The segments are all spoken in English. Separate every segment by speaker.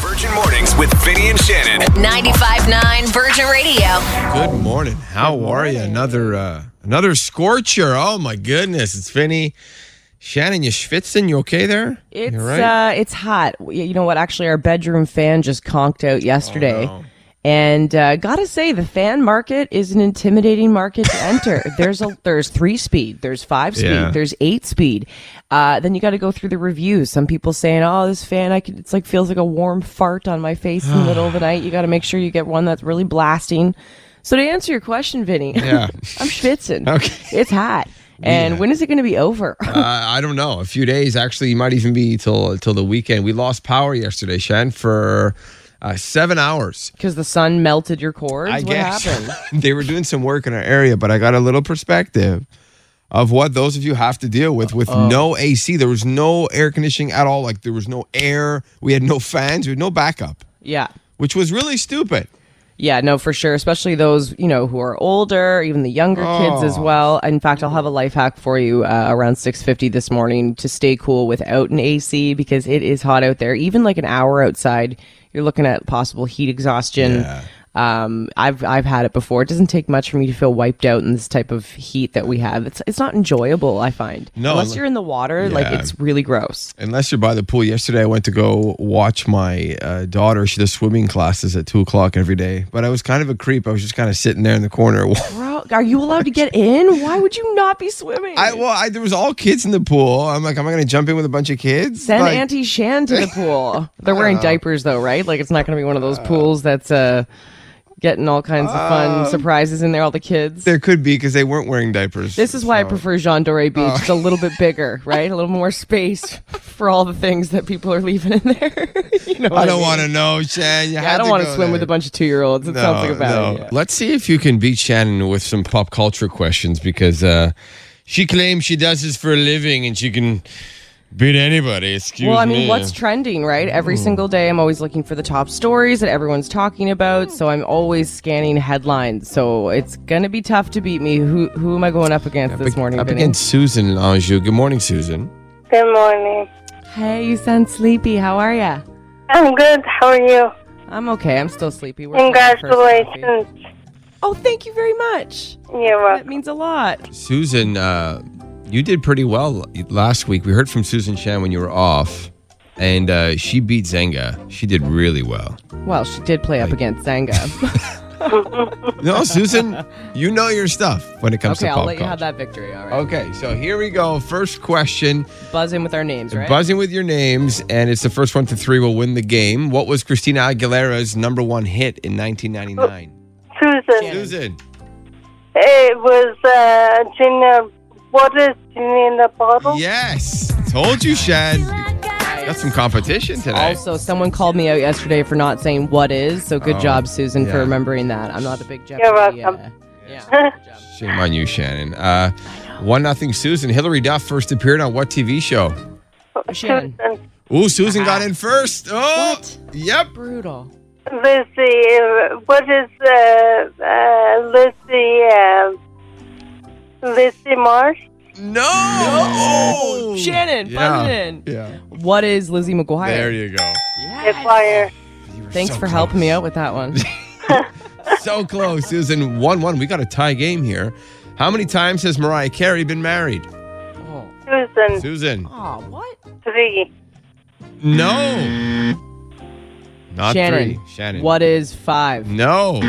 Speaker 1: Virgin Mornings with Vinny and Shannon.
Speaker 2: 95.9 Virgin Radio.
Speaker 3: Good morning. How are you? Another uh, another scorcher. Oh my goodness, it's Vinny. Shannon, you schwitzing? You okay there? You
Speaker 4: It's
Speaker 3: all right?
Speaker 4: uh, it's hot. Y- You know what? Actually, our bedroom fan just conked out yesterday,
Speaker 3: Oh, no.
Speaker 4: and uh, gotta say, the fan market is an intimidating market to enter. there's a there's three speed, there's five speed,
Speaker 3: Yeah.
Speaker 4: there's eight speed. Uh, then you got to go through the reviews. Some people saying, "Oh, this fan, I can, it's like feels like a warm fart on my face in the middle of the night." You got to make sure you get one that's really blasting. So to answer your question, Vinny,
Speaker 3: Yeah.
Speaker 4: I'm schwitzing.
Speaker 3: Okay.
Speaker 4: it's hot. And when is it going to be over?
Speaker 3: Uh, I don't know. A few days, actually, you might even be till till the weekend. We lost power yesterday, Shannon, for uh, seven hours.
Speaker 4: Because the sun melted your cords.
Speaker 3: I
Speaker 4: what
Speaker 3: guess
Speaker 4: happened?
Speaker 3: they were doing some work in our area, but I got a little perspective of what those of you have to deal with with no AC. There was no air conditioning at all. Like there was no air. We had no fans. We had no backup,
Speaker 4: Yeah.
Speaker 3: which was really stupid.
Speaker 4: Yeah, no, for sure. Especially those, you know, who are older, even the younger kids as
Speaker 3: Oh.
Speaker 4: well. In fact, I'll have a life hack for you uh, around 6.50 this morning to stay cool without an AC because it is hot out there. Even like an hour outside, you're looking at possible heat exhaustion. Um, I've, I've had it before. It doesn't take much for me to feel wiped out in this type of heat that we have. It's, it's not enjoyable, I find.
Speaker 3: No,
Speaker 4: Unless
Speaker 3: unle-
Speaker 4: you're in the water, like
Speaker 3: Yeah.
Speaker 4: it's really gross.
Speaker 3: Unless you're by the pool. Yesterday, I went to go watch my uh, daughter. She does swimming classes at two o'clock every day. But I was kind of a creep. I was just kind of sitting there in the corner.
Speaker 4: Bro, are you allowed to get in? Why would you not be swimming?
Speaker 3: I well, I, there was all kids in the pool. I'm like, am I going to jump in with a bunch of kids?
Speaker 4: Send
Speaker 3: Like- Uh.
Speaker 4: Auntie Shan to the pool. They're wearing diapers though, right? Like it's not going to be one of those pools that's uh, getting all kinds of
Speaker 3: Um,
Speaker 4: fun surprises in there. All the kids.
Speaker 3: There could be because they weren't wearing diapers.
Speaker 4: This is why I prefer Jean Doré
Speaker 3: Oh.
Speaker 4: Beach. It's a little bit bigger, right? A little more space for all the things that people are leaving in there. you know, what
Speaker 3: I don't
Speaker 4: mean?
Speaker 3: want to know, Shan. You
Speaker 4: I
Speaker 3: had
Speaker 4: don't
Speaker 3: want
Speaker 4: want to swim with a bunch of two-year-olds. It sounds like a bad idea.
Speaker 3: Let's see if you can beat Shannon with some pop culture questions because uh, she claims she does this for a living and she can beat anybody. Excuse
Speaker 4: Well, I mean,
Speaker 3: me. Mm-hmm.
Speaker 4: what's trending, right? Every single day, I'm always looking for the top stories that everyone's talking about. So I'm always scanning headlines. So it's gonna be tough to beat me. Who who am I going up against this morning,
Speaker 3: Up
Speaker 4: Vinny?
Speaker 3: against Susan Anjou. Good morning, Susan.
Speaker 5: Good morning.
Speaker 4: Hey, you sound sleepy. How are ya?
Speaker 5: I'm good. How are you?
Speaker 4: I'm okay. I'm still sleepy. We're having our first coffee.
Speaker 5: Congratulations.
Speaker 4: Oh, thank you very much.
Speaker 5: You're
Speaker 4: That
Speaker 5: welcome.
Speaker 4: means a lot.
Speaker 3: Susan, uh, you did pretty well last week. We heard from Susan Shan when you were off, and uh, she beat Zenga. She did really well.
Speaker 4: Well, she did play up against Zanga.
Speaker 3: No, Susan, you know your stuff when it comes
Speaker 4: okay,
Speaker 3: to pop
Speaker 4: I'll let you
Speaker 3: culture.
Speaker 4: have that victory. All right.
Speaker 3: Okay, so here we go. First question.
Speaker 4: Buzz in with our names, right?
Speaker 3: Buzzing with your names, and it's the first one to three will win the game. What was Christina Aguilera's number one hit in
Speaker 4: Oh.
Speaker 3: 1999?
Speaker 5: Susan.
Speaker 4: Yeah.
Speaker 3: Susan.
Speaker 5: It was uh, Gina. What is Gina in the bottle?
Speaker 3: Yes. Told you, Shad. You Got some competition today.
Speaker 4: Also, someone called me out yesterday for not saying what is. So good
Speaker 3: Oh,
Speaker 4: job, Susan,
Speaker 3: yeah.
Speaker 4: for remembering that. I'm not a big Jeopardy.
Speaker 5: welcome.
Speaker 4: Uh, yeah.
Speaker 3: Shame on you, Shannon. Uh, one nothing. Susan. Hillary Duff first appeared on what TV show?
Speaker 4: Shannon.
Speaker 5: Susan.
Speaker 3: Ooh, Susan got in first. Oh,
Speaker 4: What?
Speaker 3: yep.
Speaker 4: Brutal.
Speaker 5: Lizzie. uh, What is uh, uh, Lizzie? Uh, Lizzie Marsh?
Speaker 3: No.
Speaker 4: Shannon, buzz it in.
Speaker 3: Yeah.
Speaker 4: What is Lizzie McGuire?
Speaker 3: There you go.
Speaker 5: The fire.
Speaker 4: Thanks for helping me out with that one.
Speaker 3: So close, Susan. 1 1. We got a tie game here. How many times has Mariah Carey been married?
Speaker 4: oh.
Speaker 5: Susan.
Speaker 3: Susan.
Speaker 4: Aw, what?
Speaker 5: Three.
Speaker 3: No. Not
Speaker 4: Shannon.
Speaker 3: three. Shannon. Mm.
Speaker 4: What is five?
Speaker 3: No.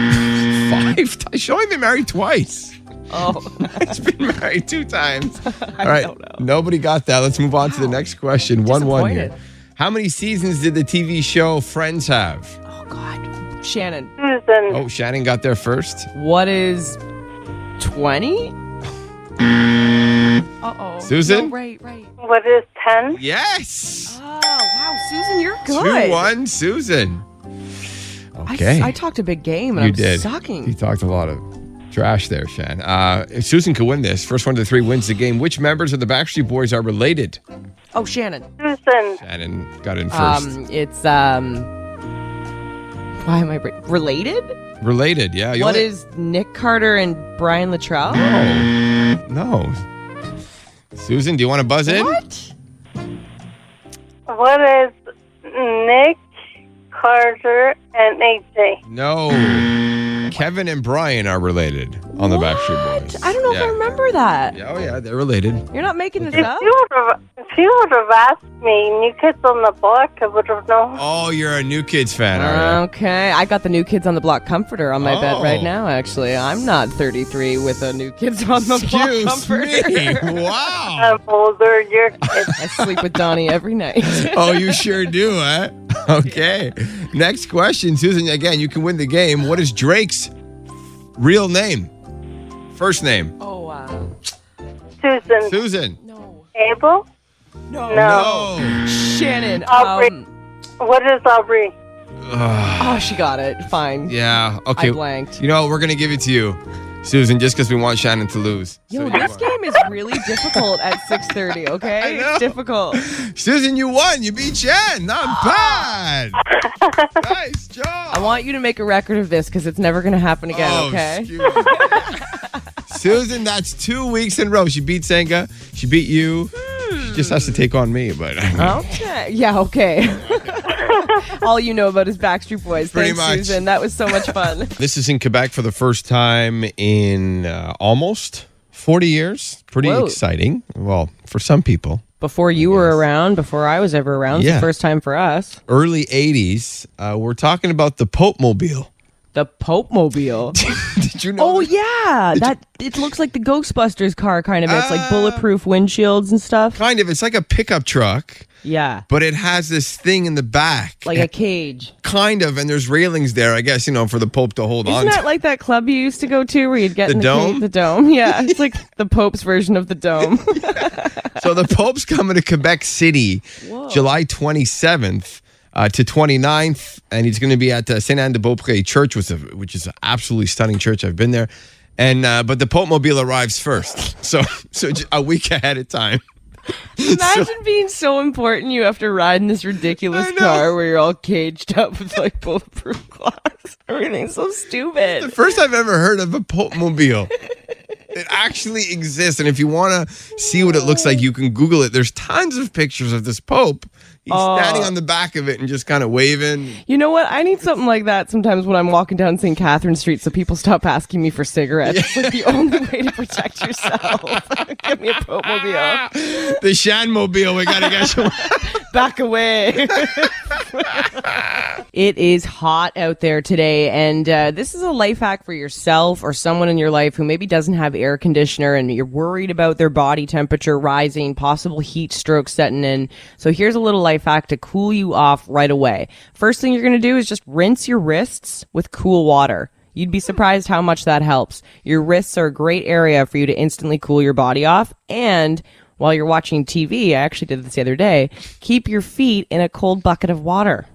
Speaker 3: Five times. She only been married twice.
Speaker 4: Oh,
Speaker 3: She's been married two times.
Speaker 4: I
Speaker 3: All right.
Speaker 4: don't know.
Speaker 3: Nobody got that. Let's move on to the next question. 1 1 here.
Speaker 4: Disappointed.
Speaker 3: How many seasons did the TV show Friends have?
Speaker 4: Oh, God. Shannon,
Speaker 5: Susan.
Speaker 3: Oh, Shannon got there first.
Speaker 4: what is 20? Uh oh.
Speaker 3: Susan?
Speaker 4: No, right, right.
Speaker 5: What is ten?
Speaker 3: Yes.
Speaker 4: Oh, wow. Susan, you're good.
Speaker 3: 2 1, Susan.
Speaker 4: I,
Speaker 3: Okay.
Speaker 4: I talked a big game and
Speaker 3: you
Speaker 4: I'm
Speaker 3: did.
Speaker 4: sucking.
Speaker 3: You talked a lot of trash there, Shan. Uh, if Susan could win this, first one to three wins the game. Which members of the Backstreet Boys are related?
Speaker 4: Oh, Shannon.
Speaker 5: Susan.
Speaker 3: Shannon got in first.
Speaker 4: Um, it's um. Why am I bra- related?
Speaker 3: related, yeah. you
Speaker 4: What
Speaker 3: only-
Speaker 4: is Nick Carter and Brian Luttrell?
Speaker 3: No. No. Susan, do you want to buzz in?
Speaker 4: What?
Speaker 5: What is Nick Carter, and AJ.
Speaker 3: No. Kevin and Brian are related on the Backstreet Boys.
Speaker 6: I don't know if I
Speaker 3: Yeah.
Speaker 6: remember that.
Speaker 3: Yeah, Oh, yeah, they're related.
Speaker 6: You're not making this
Speaker 5: If
Speaker 6: up?
Speaker 5: you would have, if you would have asked me, and you kids on the block, I would have known.
Speaker 3: Oh, you're a New Kids fan, are
Speaker 6: Uh,
Speaker 3: you?
Speaker 4: Okay, I got the New Kids on the Block comforter on my bed right
Speaker 3: Oh.
Speaker 4: now. Actually, I'm not 33 with a New Kids on the Block comforter.
Speaker 3: Excuse me. Wow.
Speaker 7: Um,
Speaker 5: I'm older. You're kids.
Speaker 4: I sleep with Donnie every night.
Speaker 3: oh, you sure do, huh? Okay. Next question, Susan. Again, you can win the game. What is Drake's real name? First name.
Speaker 6: Oh,
Speaker 4: uh,
Speaker 6: wow.
Speaker 5: Susan,
Speaker 3: Susan.
Speaker 6: No.
Speaker 5: Abel.
Speaker 6: No.
Speaker 5: No.
Speaker 3: Oh.
Speaker 4: Shannon.
Speaker 5: Aubrey.
Speaker 4: Um,
Speaker 5: What is Aubrey?
Speaker 4: oh, she got it. Fine.
Speaker 3: Yeah. Okay.
Speaker 4: I blanked.
Speaker 3: You know, what? we're going to give it to you, Susan, just because we want Shannon to lose. So
Speaker 6: Yo,
Speaker 3: you
Speaker 6: this
Speaker 3: won.
Speaker 6: game is really difficult at 6.30, okay?
Speaker 3: know.
Speaker 6: It's difficult.
Speaker 3: Susan, you won. You beat Shan. Not bad. nice job.
Speaker 4: I want you to make a record of this because it's never going to happen again.
Speaker 3: Oh,
Speaker 4: okay.
Speaker 3: excuse me. Susan, that's two weeks in a row. She beat Senga. She beat you. She just has to take on me, but I mean,
Speaker 4: Okay. Yeah, okay. All you know about is Backstreet Boys.
Speaker 3: Pretty
Speaker 4: Thanks,
Speaker 3: much.
Speaker 4: Susan. That was so much fun.
Speaker 3: this is in Quebec for the first time in uh, almost 40 years. Pretty
Speaker 4: Whoa.
Speaker 3: exciting. Well, for some people.
Speaker 4: Before you were around, before I was ever around, it's
Speaker 3: Yeah.
Speaker 4: the first time for us.
Speaker 3: Early 80s, uh, we're talking about the Pope Mobile.
Speaker 4: The Pope Mobile.
Speaker 3: Did you know?
Speaker 4: oh
Speaker 3: that?
Speaker 4: yeah, that it looks like the Ghostbusters car kind of. It's
Speaker 3: Ah.
Speaker 4: like bulletproof windshields and stuff.
Speaker 3: Kind of. It's like a pickup truck,
Speaker 4: Yeah,
Speaker 3: but it has this thing in the back.
Speaker 4: like a cage.
Speaker 3: kind of, and there's railings there, I guess, you know, for the Pope to hold on
Speaker 4: Isn't
Speaker 3: to.
Speaker 4: that like that club you used to go to where you'd get
Speaker 3: The
Speaker 4: in the
Speaker 3: dome?
Speaker 4: Cage, the dome, yeah. It's like the Pope's version of the dome.
Speaker 3: So the Pope's coming to Quebec City July 27th uh, to 29th, and he's going to be at uh, Saint Anne de Beaupré Church, which is, a, which is an absolutely stunning church. I've been there, and uh, but the Pope Mobile arrives first, so so j- a week ahead of time.
Speaker 4: Imagine being so important you have to ride in this ridiculous
Speaker 3: I know.
Speaker 4: car where you're all caged up with like bulletproof glass. Everything's so
Speaker 3: The
Speaker 4: stupid.
Speaker 3: first I've ever heard of a Pope Mobile. It actually exists, and if you want to see what it looks like, you can Google it. There's tons of pictures of this Pope. He's standing on the back of it and just kind of waving.
Speaker 4: You know what? I need something like that sometimes when I'm walking down St. Catherine Street so people stop asking me for cigarettes. It's like the only way to protect yourself. Give me a Pope mobile.
Speaker 3: The Shanmobile, we gotta get you.
Speaker 4: back away. it is hot out there today, and uh, this is a life hack for yourself or someone in your life who maybe doesn't have air conditioner and you're worried about their body temperature rising, possible heat stroke setting in. So here's a little life hack to cool you off right away. First thing you're going to do is just rinse your wrists with cool water. You'd be surprised how much that helps. Your wrists are a great area for you to instantly cool your body off. And while you're watching TV, I actually did this the other day, keep your feet in a cold bucket of water.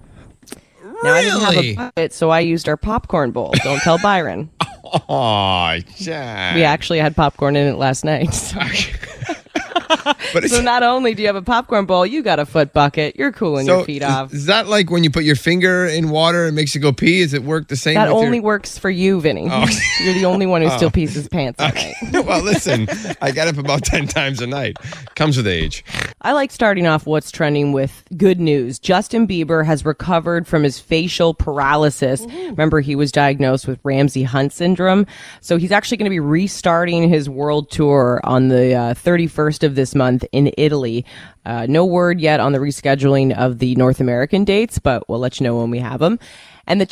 Speaker 4: Now I didn't have
Speaker 3: Really?
Speaker 4: a bucket, so I used our popcorn bowl. Don't tell Byron.
Speaker 3: Aw, Shan.
Speaker 4: We actually had popcorn in it last night. So,
Speaker 3: But it's,
Speaker 4: so not only do you have a popcorn bowl, you got a foot bucket. You're cooling
Speaker 3: so
Speaker 4: your feet off.
Speaker 3: Is, is that like when you put your finger in water and it makes it go pee? Is it work the same?
Speaker 4: That
Speaker 3: with Oh.
Speaker 4: only works for you, Vinny. You're the only one who still pees his pants at night.
Speaker 3: Your- well, listen, I get up about ten times a night. Comes with age.
Speaker 4: I like starting off what's trending with good news. Justin Bieber has recovered from his facial paralysis. Remember, he was diagnosed with Ramsey Hunt syndrome. So he's actually going to be restarting his world tour on the uh, 31st of this month in Italy. Uh, no word yet on the rescheduling of the North American dates, but we'll let you know when we have them. And the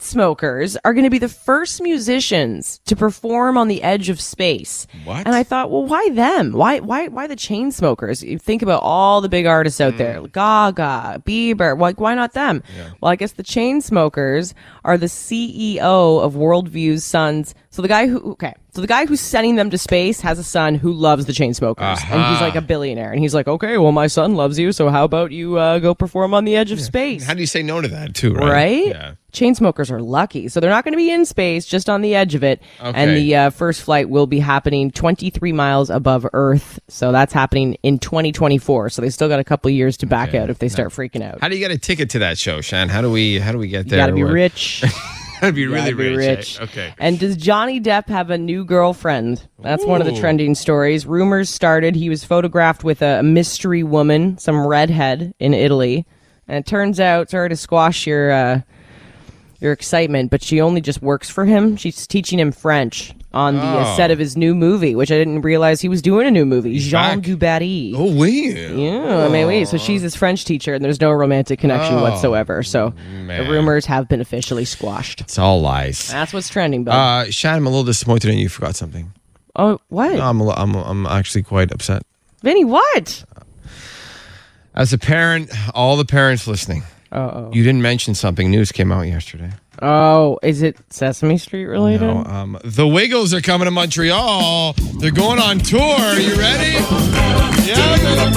Speaker 4: Chainsmokers are going to be the first musicians to perform on the edge of space.
Speaker 3: What?
Speaker 4: And I thought, well, why them? Why why why the Chainsmokers? You think about all the big artists out there, Gaga, Bieber. Like, why not them? Well, I guess the Chainsmokers are the CEO of Worldview's sons. So the guy who okay, so the guy who's sending them to space has a son who loves the Chainsmokers, and he's like a billionaire, and he's like, okay, well, my son loves you, so how about you uh, go perform on the edge of space?
Speaker 3: How do you say no to that too? Right.
Speaker 4: right?
Speaker 3: Yeah.
Speaker 4: Chain smokers are lucky. So they're not going to be in space, just on the edge of it.
Speaker 3: Okay.
Speaker 4: And the uh, first flight will be happening 23 miles above Earth. So that's happening in 2024. So they still got a couple years to back out if they start freaking out.
Speaker 3: How do you get a ticket to that show, Shan? How do we? How do we get
Speaker 4: you
Speaker 3: there?
Speaker 4: got to be
Speaker 3: Where-
Speaker 4: rich.
Speaker 3: Gotta be really
Speaker 4: gotta be
Speaker 3: rich. eh?
Speaker 4: rich.
Speaker 3: Okay.
Speaker 4: And does Johnny Depp have a new girlfriend? That's one of the
Speaker 3: Ooh.
Speaker 4: trending stories. Rumors started he was photographed with a mystery woman, some redhead in Italy. And it turns out, sorry to squash your uh, your excitement, but she only just works for him. She's teaching him French on the uh,
Speaker 3: Oh.
Speaker 4: set of his new movie, which I didn't realize he was doing a new movie. Jean
Speaker 3: back.
Speaker 4: Dubarry.
Speaker 3: Oh, we.
Speaker 4: Yeah, I mean, wait. So she's his French teacher, and there's no romantic
Speaker 3: Oh.
Speaker 4: connection whatsoever. So the rumors have been officially squashed.
Speaker 3: It's all lies.
Speaker 4: That's what's trending, Bill.
Speaker 3: Uh, Shannon, I'm a little disappointed in you. Forgot something.
Speaker 4: oh, what?
Speaker 3: I'm, a li- I'm, I'm actually quite upset.
Speaker 4: Vinny, what?
Speaker 3: As a parent, all the parents listening,
Speaker 4: Uh-oh.
Speaker 3: you didn't mention something. News came out yesterday.
Speaker 4: Oh, is it Sesame Street related?
Speaker 3: No, um, the Wiggles are coming to Montreal. They're going on tour. Are you ready? Yeah. they're-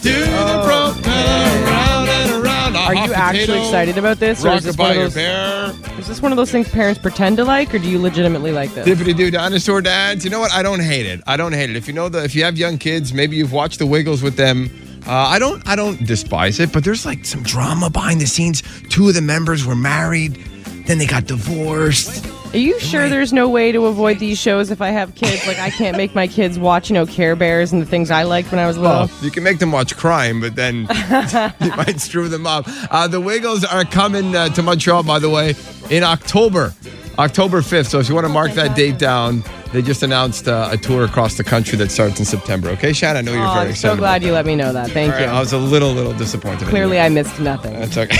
Speaker 3: Do the rope around and around.
Speaker 4: Are you actually excited about this? Or
Speaker 3: Rock
Speaker 4: is this, one
Speaker 3: your
Speaker 4: of those,
Speaker 3: bear.
Speaker 4: is this one of those things parents pretend to like, or do you legitimately like this?
Speaker 3: Dippity doo dinosaur dads. You know what? I don't hate it. I don't hate it. If you know the, if you have young kids, maybe you've watched the Wiggles with them. Uh, I don't, I don't despise it. But there's like some drama behind the scenes. Two of the members were married, then they got divorced.
Speaker 4: Are you sure there's no way to avoid these shows if I have kids? Like, I can't make my kids watch, you know, Care Bears and the things I liked when I was little.
Speaker 3: You can make them watch crime, but then you might screw them up. Uh, the Wiggles are coming uh, to Montreal, by the way, in October, October 5th. So if you want to mark that date down, they just announced uh, a tour across the country that starts in September. Okay, Shad, I know you're
Speaker 4: Oh,
Speaker 3: very
Speaker 4: I'm
Speaker 3: excited.
Speaker 4: so
Speaker 3: about
Speaker 4: glad you let me know that. Thank
Speaker 3: All
Speaker 4: you.
Speaker 3: right, I was a little, little disappointed.
Speaker 4: Clearly, I missed nothing.
Speaker 3: That's okay.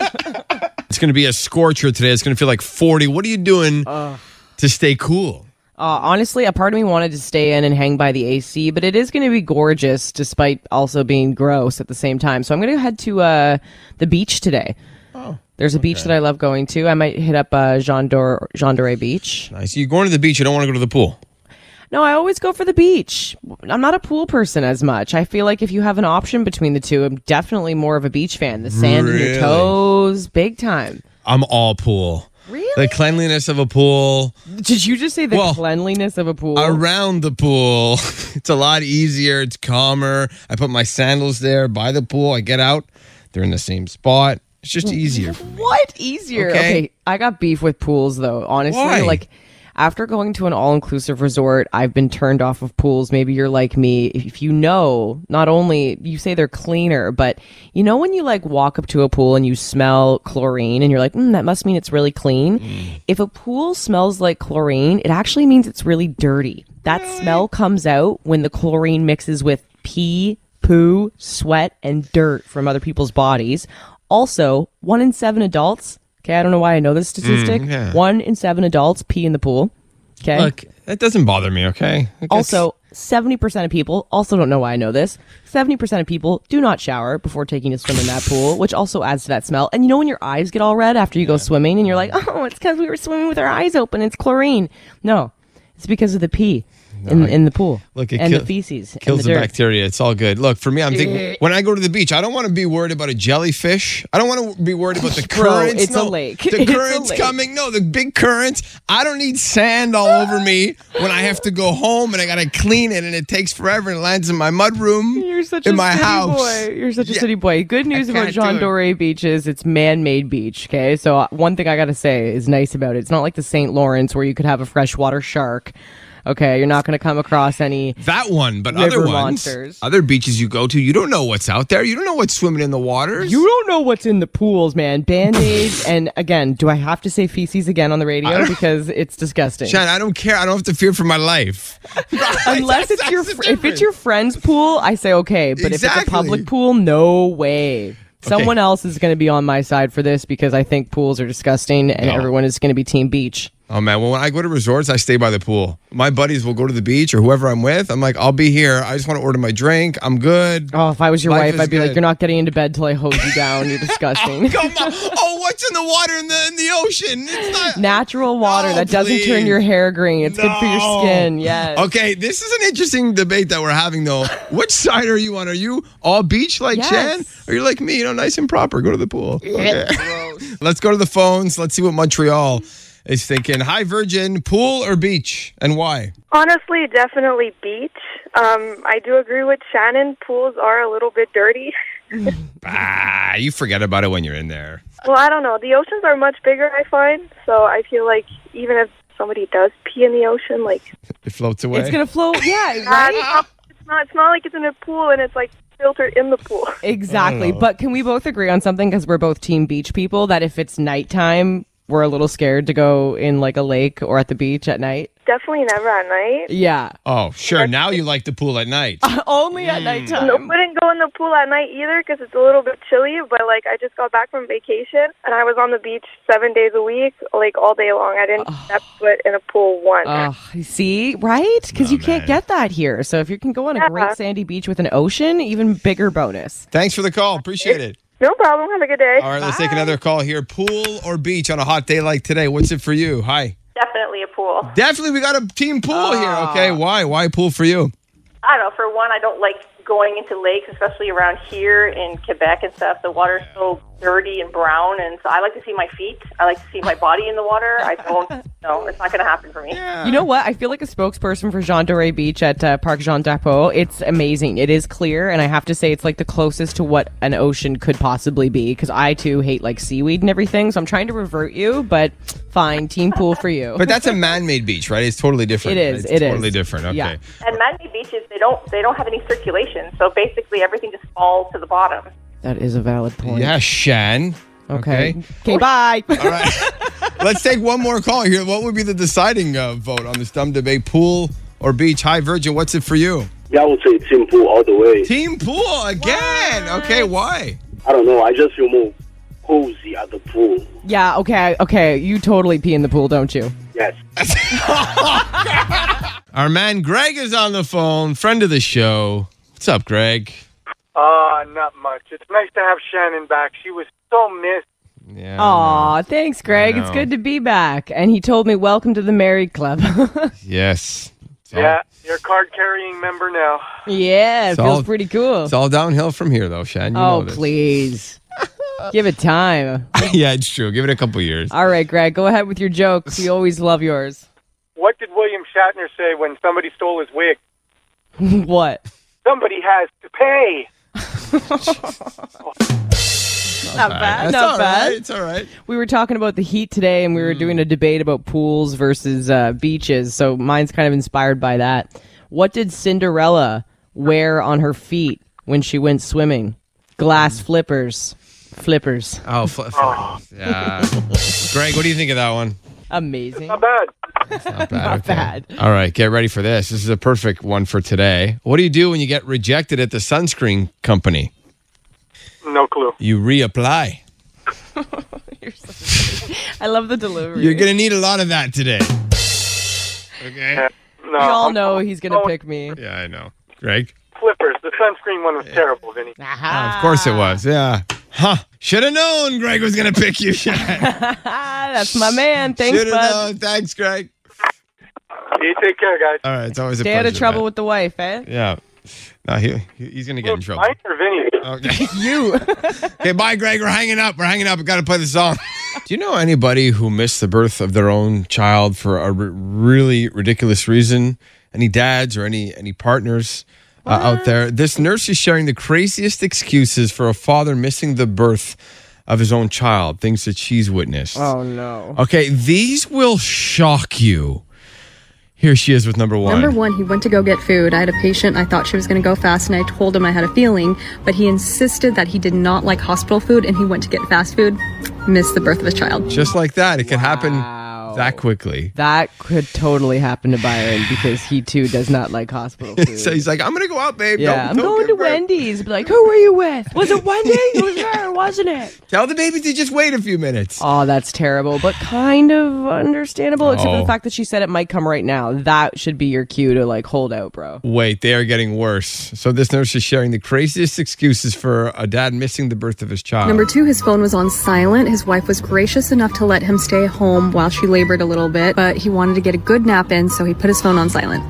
Speaker 3: it's going to be a scorcher today. It's going to feel like 40. What are you doing to stay cool?
Speaker 4: Uh, honestly, a part of me wanted to stay in and hang by the AC, but it is going to be gorgeous despite also being gross at the same time. So I'm going to head to uh, the beach today. Oh, There's a beach that I love going to. I might hit up uh, Jean Dor Jean Doré Beach.
Speaker 3: Nice. You're going to the beach. You don't want to go to the pool.
Speaker 4: No, I always go for the beach. I'm not a pool person as much. I feel like if you have an option between the two, I'm definitely more of a beach fan. The sand in
Speaker 3: Really?
Speaker 4: your toes, big time.
Speaker 3: I'm all pool.
Speaker 4: Really?
Speaker 3: The cleanliness of a pool,
Speaker 4: Did you just say the
Speaker 3: Well,
Speaker 4: cleanliness of a pool?
Speaker 3: around the pool. It's a lot easier. It's calmer. I put my sandals there by the pool. I get out. They're in the same spot. It's just easier.
Speaker 4: What easier?
Speaker 3: Okay.
Speaker 4: Okay. I got beef with pools though. Honestly,
Speaker 3: Why?
Speaker 4: like after going to an all-inclusive resort, I've been turned off of pools. Maybe you're like me. If if you know, not only you say they're cleaner, but you know when you like walk up to a pool and you smell chlorine and you're like, mm, that must mean it's really clean. If a pool smells like chlorine, it actually means it's really dirty. That smell comes out when the chlorine mixes with pee, poo, sweat, and dirt from other people's bodies. Also, one in seven adults. Okay, I don't know why I know this statistic.
Speaker 3: Mm, yeah.
Speaker 4: One in seven adults pee in the pool. Okay.
Speaker 3: Look, that doesn't bother me, okay? It gets-
Speaker 4: eh? also, seventy percent of people also don't know why I know this. Seventy percent of people do not shower before taking a swim in that pool, which also adds to that smell. And you know when your eyes get all red after you go swimming, and you're like, "Oh, it's because we were swimming with our eyes open. It's chlorine." No, it's because of the pee in, in the pool.
Speaker 3: Look, it
Speaker 4: and
Speaker 3: kill-
Speaker 4: the feces and
Speaker 3: kills
Speaker 4: the
Speaker 3: the,
Speaker 4: dirt.
Speaker 3: bacteria. It's all good. Look, for me, I'm thinking when I go to the beach, I don't want to be worried about a jellyfish. I don't want to be worried about the
Speaker 4: Bro,
Speaker 3: currents.
Speaker 4: it's a
Speaker 3: no,
Speaker 4: lake.
Speaker 3: The
Speaker 4: It's a
Speaker 3: currents
Speaker 4: lake.
Speaker 3: coming. No, the big currents. I don't need sand all over me when I have to go home and I gotta clean it and it takes forever and it lands in my mudroom.
Speaker 4: You're such
Speaker 3: in
Speaker 4: a
Speaker 3: my
Speaker 4: city
Speaker 3: house.
Speaker 4: boy. You're such a
Speaker 3: Yeah.
Speaker 4: city boy. Good news about
Speaker 3: can't do
Speaker 4: John
Speaker 3: it.
Speaker 4: Doré Beach is it's man-made beach. Okay, so uh, one thing I gotta say is nice about it. It's not like the St. Lawrence where you could have a freshwater shark. Okay, you're not gonna come across any.
Speaker 3: That one, but
Speaker 4: River
Speaker 3: other ones,
Speaker 4: monsters.
Speaker 3: other beaches you go to, you don't know what's out there. You don't know what's swimming in the waters.
Speaker 4: You don't know what's in the pools, man. Band-aids and again, do I have to say feces again on the radio because it's disgusting.
Speaker 3: Shan, I don't care. I don't have to fear for my life.
Speaker 4: Unless it's your fr- if it's your friend's pool, I say okay. But if it's a
Speaker 3: Exactly.
Speaker 4: public pool, no way. Someone else is going to be on my side for this because I think pools are disgusting and
Speaker 3: No.
Speaker 4: everyone is going to be team beach.
Speaker 3: Oh man, well when I go to resorts, I stay by the pool. My buddies will go to the beach or whoever I'm with. I'm like, I'll be here. I just want to order my drink. I'm good.
Speaker 4: Oh, if I was your
Speaker 3: Life
Speaker 4: wife,
Speaker 3: is
Speaker 4: I'd be like,
Speaker 3: good.
Speaker 4: "You're not getting into bed till I hose you down. You're disgusting."
Speaker 3: Come on. Oh, what's in the water in the in the ocean? It's not
Speaker 4: Natural water
Speaker 3: No,
Speaker 4: that doesn't turn
Speaker 3: please.
Speaker 4: your hair green. It's good for your
Speaker 3: No.
Speaker 4: skin. Yes.
Speaker 3: Okay, this is an interesting debate that we're having though. Which side are you on? Are you all beach like
Speaker 4: Yes.
Speaker 3: Shan? Or are you like me, you know, nice and proper? Go to the pool. Okay. Let's go to the phones. Let's see what Montreal is thinking. Hi Virgin, pool or beach? And why?
Speaker 5: Honestly, definitely beach. Um, I do agree with Shannon. Pools are a little bit dirty.
Speaker 3: Ah, you forget about it when you're in there.
Speaker 5: Well, I don't know. The oceans are much bigger, I find. So I feel like even if somebody does pee in the ocean, like
Speaker 3: It floats away.
Speaker 4: It's gonna flow. Yeah.
Speaker 5: Ah, it's, not, it's not. It's not like it's in a pool and it's like
Speaker 8: filter in the pool.
Speaker 4: Exactly. But can we both agree on something? Because we're both team beach people. That if it's nighttime, we're a little scared to go in like a lake or at the beach at night.
Speaker 8: Definitely never at night.
Speaker 4: Yeah,
Speaker 3: Oh, sure. Now you like the pool at night.
Speaker 4: only
Speaker 3: Hmm.
Speaker 4: at nighttime.
Speaker 8: I wouldn't go in the pool at night either because it's a little bit chilly. But like, I just got back from vacation and I was on the beach seven days a week, like all day long. I didn't step foot in a pool once.
Speaker 4: Ugh, see, right? Because you can't get that here. So if you can go on a great sandy beach with an ocean, even bigger bonus.
Speaker 3: Thanks for the call. Appreciate it.
Speaker 8: no problem. Have a good day.
Speaker 3: All right, let's take another call here. Pool or beach on a hot day like today? What's it for you? Hi.
Speaker 8: Definitely a pool.
Speaker 3: Definitely, we got a team pool
Speaker 4: Ah.
Speaker 3: here. Okay, why? Why pool for you?
Speaker 9: I don't know. For one, I don't like going into lakes, especially around here in Quebec and stuff. The water's so dirty and brown, and so I like to see my feet. I like to see my body in the water. I don't. No, it's not going to happen for me.
Speaker 4: You know what? I feel like a spokesperson for Jean Doré Beach at uh, Parc Jean Drapeau. It's amazing. It is clear, and I have to say, it's like the closest to what an ocean could possibly be. Because I too hate like seaweed and everything, so I'm trying to revert you. But fine, team pool for you.
Speaker 3: But that's a man-made beach, right? It's totally different.
Speaker 4: It is,
Speaker 3: It's
Speaker 4: it is.
Speaker 3: totally different. Okay.
Speaker 4: Yeah.
Speaker 9: And man-made beaches, they don't they don't have any circulation, so basically everything just falls to the bottom.
Speaker 4: that is a valid point.
Speaker 3: Yeah, Shan.
Speaker 4: Okay. Okay. bye.
Speaker 3: All right. Let's take one more call here. What would be the deciding uh, vote on this dumb debate? Pool or beach? Hi, Virgin. What's it for you?
Speaker 10: Yeah, I would say team pool all the way.
Speaker 3: Team pool again. Okay, why?
Speaker 10: I don't know. I just feel more cozy at the pool.
Speaker 4: yeah. Okay. Okay. You totally pee in the pool, don't you?
Speaker 10: Yes.
Speaker 3: Our man Greg is on the phone, friend of the show. What's up, Greg?
Speaker 11: Uh, not much. It's nice to have Shannon back. She was so missed.
Speaker 3: Yeah.
Speaker 4: Aw, thanks, Greg.
Speaker 3: I
Speaker 4: It's
Speaker 3: know.
Speaker 4: good to be back. And he told me, "Welcome to the married club."
Speaker 3: Yes. It's all-
Speaker 11: Yeah, you're a card carrying member now.
Speaker 4: yeah, it
Speaker 3: So I'll-
Speaker 4: feels pretty cool.
Speaker 3: It's all downhill from here, though, Shan. You
Speaker 4: Oh,
Speaker 3: know this.
Speaker 4: please, give it time.
Speaker 3: yeah, it's true. Give it a couple years.
Speaker 4: All right, Greg, go ahead with your jokes. We always love yours.
Speaker 11: What did William Shatner say when somebody stole his wig?
Speaker 4: what?
Speaker 11: Somebody has to pay.
Speaker 4: Not bad.
Speaker 3: That's
Speaker 4: Not
Speaker 3: all
Speaker 4: bad.
Speaker 3: right. Mm. It's all right.
Speaker 4: We were talking about the heat today, and we were doing a debate about pools versus uh, beaches. So mine's kind of inspired by that. What did Cinderella wear on her feet when she went swimming?
Speaker 3: Mm.
Speaker 4: Glass flippers. Flippers.
Speaker 3: Oh, fl- fl- yeah. Greg, what do you think of that one?
Speaker 4: Amazing.
Speaker 11: Not bad.
Speaker 3: Not bad. Not
Speaker 4: bad.
Speaker 3: All right, get ready for this. This is a perfect one for today. What do you do when you get rejected at the sunscreen company?
Speaker 11: No clue.
Speaker 3: You reapply.
Speaker 4: I love the delivery.
Speaker 3: You're going to need a lot of that today. Okay.
Speaker 11: No.
Speaker 4: we all
Speaker 11: I'm-
Speaker 4: know he's going to
Speaker 11: Oh,
Speaker 4: pick me.
Speaker 3: Yeah, I know. Greg?
Speaker 11: Flippers. The sunscreen one was terrible, Vinny.
Speaker 4: Ah,
Speaker 3: Of course it was. Yeah. Huh. Should have known Greg was going to pick you. Should have
Speaker 4: Ah, that's my man. Thanks, bud.
Speaker 3: known. Thanks, Greg.
Speaker 11: You take care, guys.
Speaker 3: All right. It's always a
Speaker 4: Stay
Speaker 3: pleasure.
Speaker 4: out of trouble
Speaker 3: man.
Speaker 4: with the wife, eh?
Speaker 3: Yeah. No, he, he- he's going to get in trouble. Uh,
Speaker 11: Mine or Vinny?
Speaker 3: Okay. you. okay, bye, Greg. We're hanging up. We're hanging up. We got to play the song. Do you know anybody who missed the birth of their own child for a r- really ridiculous reason? Any dads or any any partners uh, out there? This nurse is sharing the craziest excuses for a father missing the birth of his own child, things that she's witnessed.
Speaker 4: Oh, no.
Speaker 3: Okay, these will shock you. Here she is with number one.
Speaker 12: Number one, he went to go get food. I had a patient. I thought she was going to go fast, and I told him I had a feeling, but he insisted that he did not like hospital food, and he went to get fast food. Missed the birth of his child.
Speaker 3: Just like that, it can happen that quickly.
Speaker 4: That could totally happen to Byron because he too does not like hospital food.
Speaker 3: So he's like, I'm gonna go out, babe.
Speaker 4: yeah,
Speaker 3: Don't-
Speaker 4: I'm
Speaker 3: don't
Speaker 4: going
Speaker 3: give
Speaker 4: to
Speaker 3: birth."
Speaker 4: Wendy's. Be like, who were you with? Was it Wendy? It was her, wasn't it?
Speaker 3: Tell the baby to just wait a few minutes.
Speaker 4: Oh, that's terrible, but kind of understandable, except for
Speaker 3: Oh.
Speaker 4: the fact that she said it might come right now. That should be your cue to like hold out, bro.
Speaker 3: Wait, they are getting worse. So this nurse is sharing the craziest excuses for a dad missing the birth of his child.
Speaker 12: Number two, his phone was on silent. His wife was gracious enough to let him stay home while she labored a little bit, but he wanted to get a good nap in, so he put his phone on silent.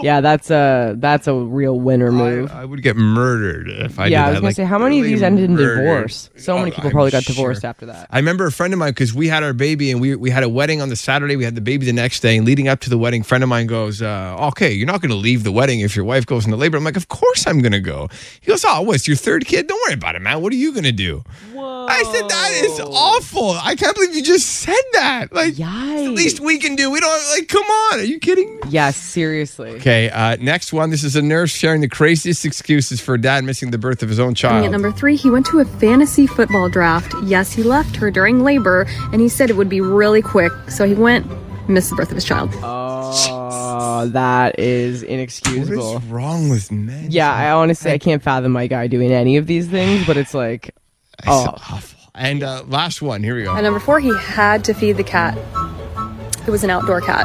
Speaker 4: Yeah, that's a that's a real winner move.
Speaker 3: Oh! I would get murdered if I
Speaker 4: yeah, I
Speaker 3: did that.
Speaker 4: was gonna
Speaker 3: like,
Speaker 4: say, how many of
Speaker 3: really
Speaker 4: these ended in
Speaker 3: murdered.
Speaker 4: divorce? So many
Speaker 3: Oh,
Speaker 4: people
Speaker 3: I'm
Speaker 4: probably got
Speaker 3: sure.
Speaker 4: divorced after that.
Speaker 3: I remember a friend of mine because we had our baby and we we had a wedding on the Saturday. We had the baby the next day, and leading up to the wedding, a friend of mine goes, uh, "Okay, you're not going to leave the wedding if your wife goes into labor." I'm like, "Of course I'm going to go." He goes, "Oh, what's your third kid? Don't worry about it, man. What are you going to do?" I said that is awful. I can't believe you just said that. Like,
Speaker 4: Yikes.
Speaker 3: the least we can do. We don't like. Come on, are you kidding? me?
Speaker 4: Yeah, seriously.
Speaker 3: Okay, uh, next one. This is a nurse sharing the craziest excuses for a dad missing the birth of his own
Speaker 12: Coming
Speaker 3: child.
Speaker 12: At number three, he went to a fantasy football draft. Yes, he left her during labor, and he said it would be really quick, so he went, missed the birth of his child.
Speaker 4: Oh, that is inexcusable.
Speaker 3: What is wrong with men?
Speaker 4: Yeah, I honestly I can't fathom my guy doing any of these things, but it's like, oh,
Speaker 3: And uh, last one. Here we
Speaker 12: At
Speaker 3: go.
Speaker 12: number four, he had to feed the cat. It was an outdoor cat.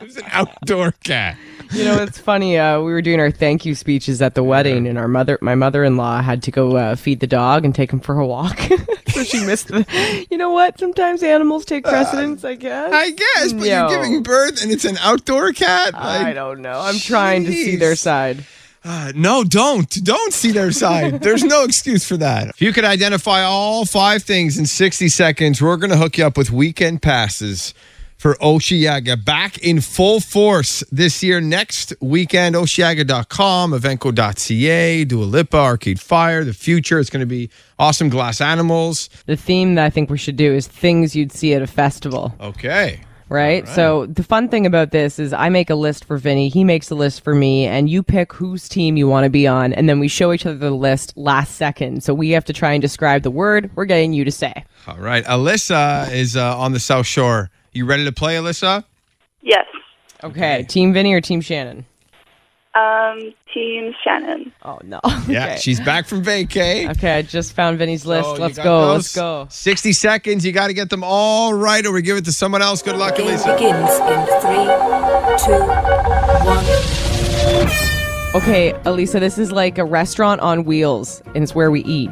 Speaker 3: It's an outdoor cat.
Speaker 4: You know, it's funny. Uh, we were doing our thank you speeches at the wedding, and our mother, my mother-in-law, had to go uh, feed the dog and take him for a walk. so she missed the. You know what? Sometimes animals take precedence. I guess.
Speaker 3: Uh, I guess, but
Speaker 4: No.
Speaker 3: you're giving birth, and it's an outdoor cat.
Speaker 4: I don't know. I'm trying to see their
Speaker 3: jeez.
Speaker 4: side.
Speaker 3: Uh, no, don't. Don't see their side. There's no excuse for that. If you could identify all five things in 60 seconds, we're going to hook you up with weekend passes for Oceaga back in full force this year. Next weekend, Oceaga.com, Evenco.ca, Dua Lipa, Arcade Fire, The Future. It's going to be awesome glass animals.
Speaker 4: The theme that I think we should do is things you'd see at a festival.
Speaker 3: Okay.
Speaker 4: Right? So the fun thing about this is I make a list for Vinny, he makes a list for me, and you pick whose team you want to be on, and then we show each other the list last second. So we have to try and describe the word we're getting you to say.
Speaker 3: All right. Alyssa is uh, on the South Shore. You ready to play, Alyssa?
Speaker 7: Yes.
Speaker 4: Okay. Team Vinny or Team Shannon?
Speaker 7: Um, Team Shannon.
Speaker 4: Oh no.
Speaker 3: Yeah,
Speaker 4: Okay.
Speaker 3: she's back from vacay.
Speaker 4: Okay, I just found Vinny's list.
Speaker 3: Oh, you
Speaker 4: Let's
Speaker 3: got
Speaker 4: go.
Speaker 3: those?
Speaker 4: Let's go.
Speaker 3: 60 seconds. You got to get them all right or we give it to someone else. Good luck, Elisa.
Speaker 4: Okay, Elisa, this is like a restaurant on wheels, and it's where we eat.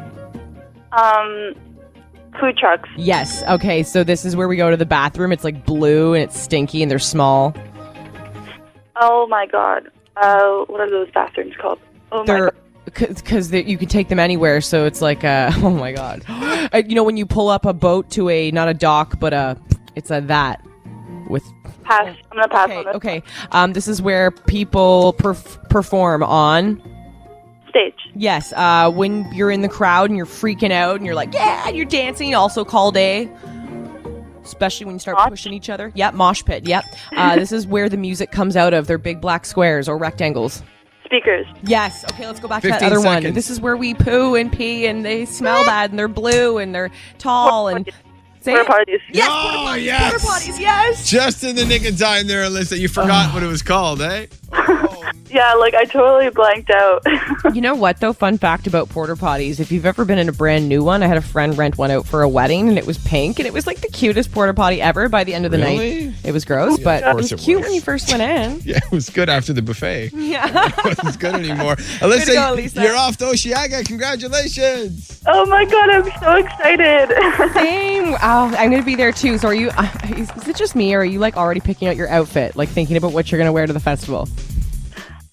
Speaker 7: Um, food trucks.
Speaker 4: Yes. Okay, so this is where we go to the bathroom. It's like blue and it's stinky and they're small.
Speaker 7: Oh my god. Uh, what are those bathrooms called? Oh my
Speaker 4: they're
Speaker 7: god.
Speaker 4: because you can take them anywhere. So it's like a oh my god, Uh, you know when you pull up a boat to a not a dock but a it's a that with
Speaker 7: Pass. I'm gonna pass
Speaker 4: okay,
Speaker 7: on this.
Speaker 4: Okay, um, this is where people perf- perform on.
Speaker 7: Stage.
Speaker 4: Yes, uh, when you're in the crowd and you're freaking out and you're like, yeah, and you're dancing, also called a. Especially when you start pushing each other. Yep, mosh pit. Yep. Uh, this is where the music comes out of. They're big black squares or rectangles.
Speaker 7: Speakers.
Speaker 4: Yes. Okay, let's go back to that
Speaker 7: 15
Speaker 4: other one.
Speaker 7: seconds.
Speaker 4: This is where we poo and pee and they smell bad and they're blue and they're tall and. Say
Speaker 7: Porta
Speaker 4: it.
Speaker 7: potties.
Speaker 4: Yes,
Speaker 3: Oh,
Speaker 4: porta potties,
Speaker 3: yes.
Speaker 4: porta potties, yes.
Speaker 3: Just in the nick of time there, Alyssa. You forgot what it was called, eh?
Speaker 7: Yeah, like I totally blanked out.
Speaker 4: you know what though fun fact about porter potties if you've ever been in a brand new one i had a friend rent one out for a wedding and it was pink and it was like the cutest porter potty ever by the end of the
Speaker 3: Really?
Speaker 4: night it was gross
Speaker 3: Yeah,
Speaker 4: but
Speaker 3: of
Speaker 4: it was
Speaker 3: course it
Speaker 4: cute
Speaker 3: was.
Speaker 4: when you first went in
Speaker 3: Yeah, it was good after the buffet.
Speaker 4: yeah
Speaker 3: It was good anymore.
Speaker 4: Way to
Speaker 3: Alyssa,
Speaker 4: go, Elisa.
Speaker 3: you're off to Oceaga. Congratulations.
Speaker 7: oh my god, I'm so excited.
Speaker 4: same oh i'm gonna be there too so are you uh, is, is it just me or are you like already picking out your outfit like thinking about what you're gonna wear to the festival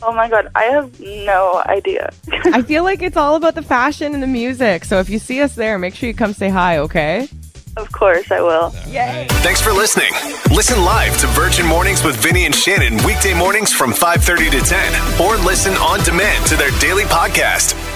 Speaker 7: oh my god, I have no idea.
Speaker 4: i feel like it's all about the fashion and the music so if you see us there make sure you come say hi okay
Speaker 7: Of course, I will.
Speaker 1: Thanks for listening. Listen live to Virgin Mornings with Vinny and Shannon weekday mornings from 5:30 to 10 or listen on demand to their daily podcast.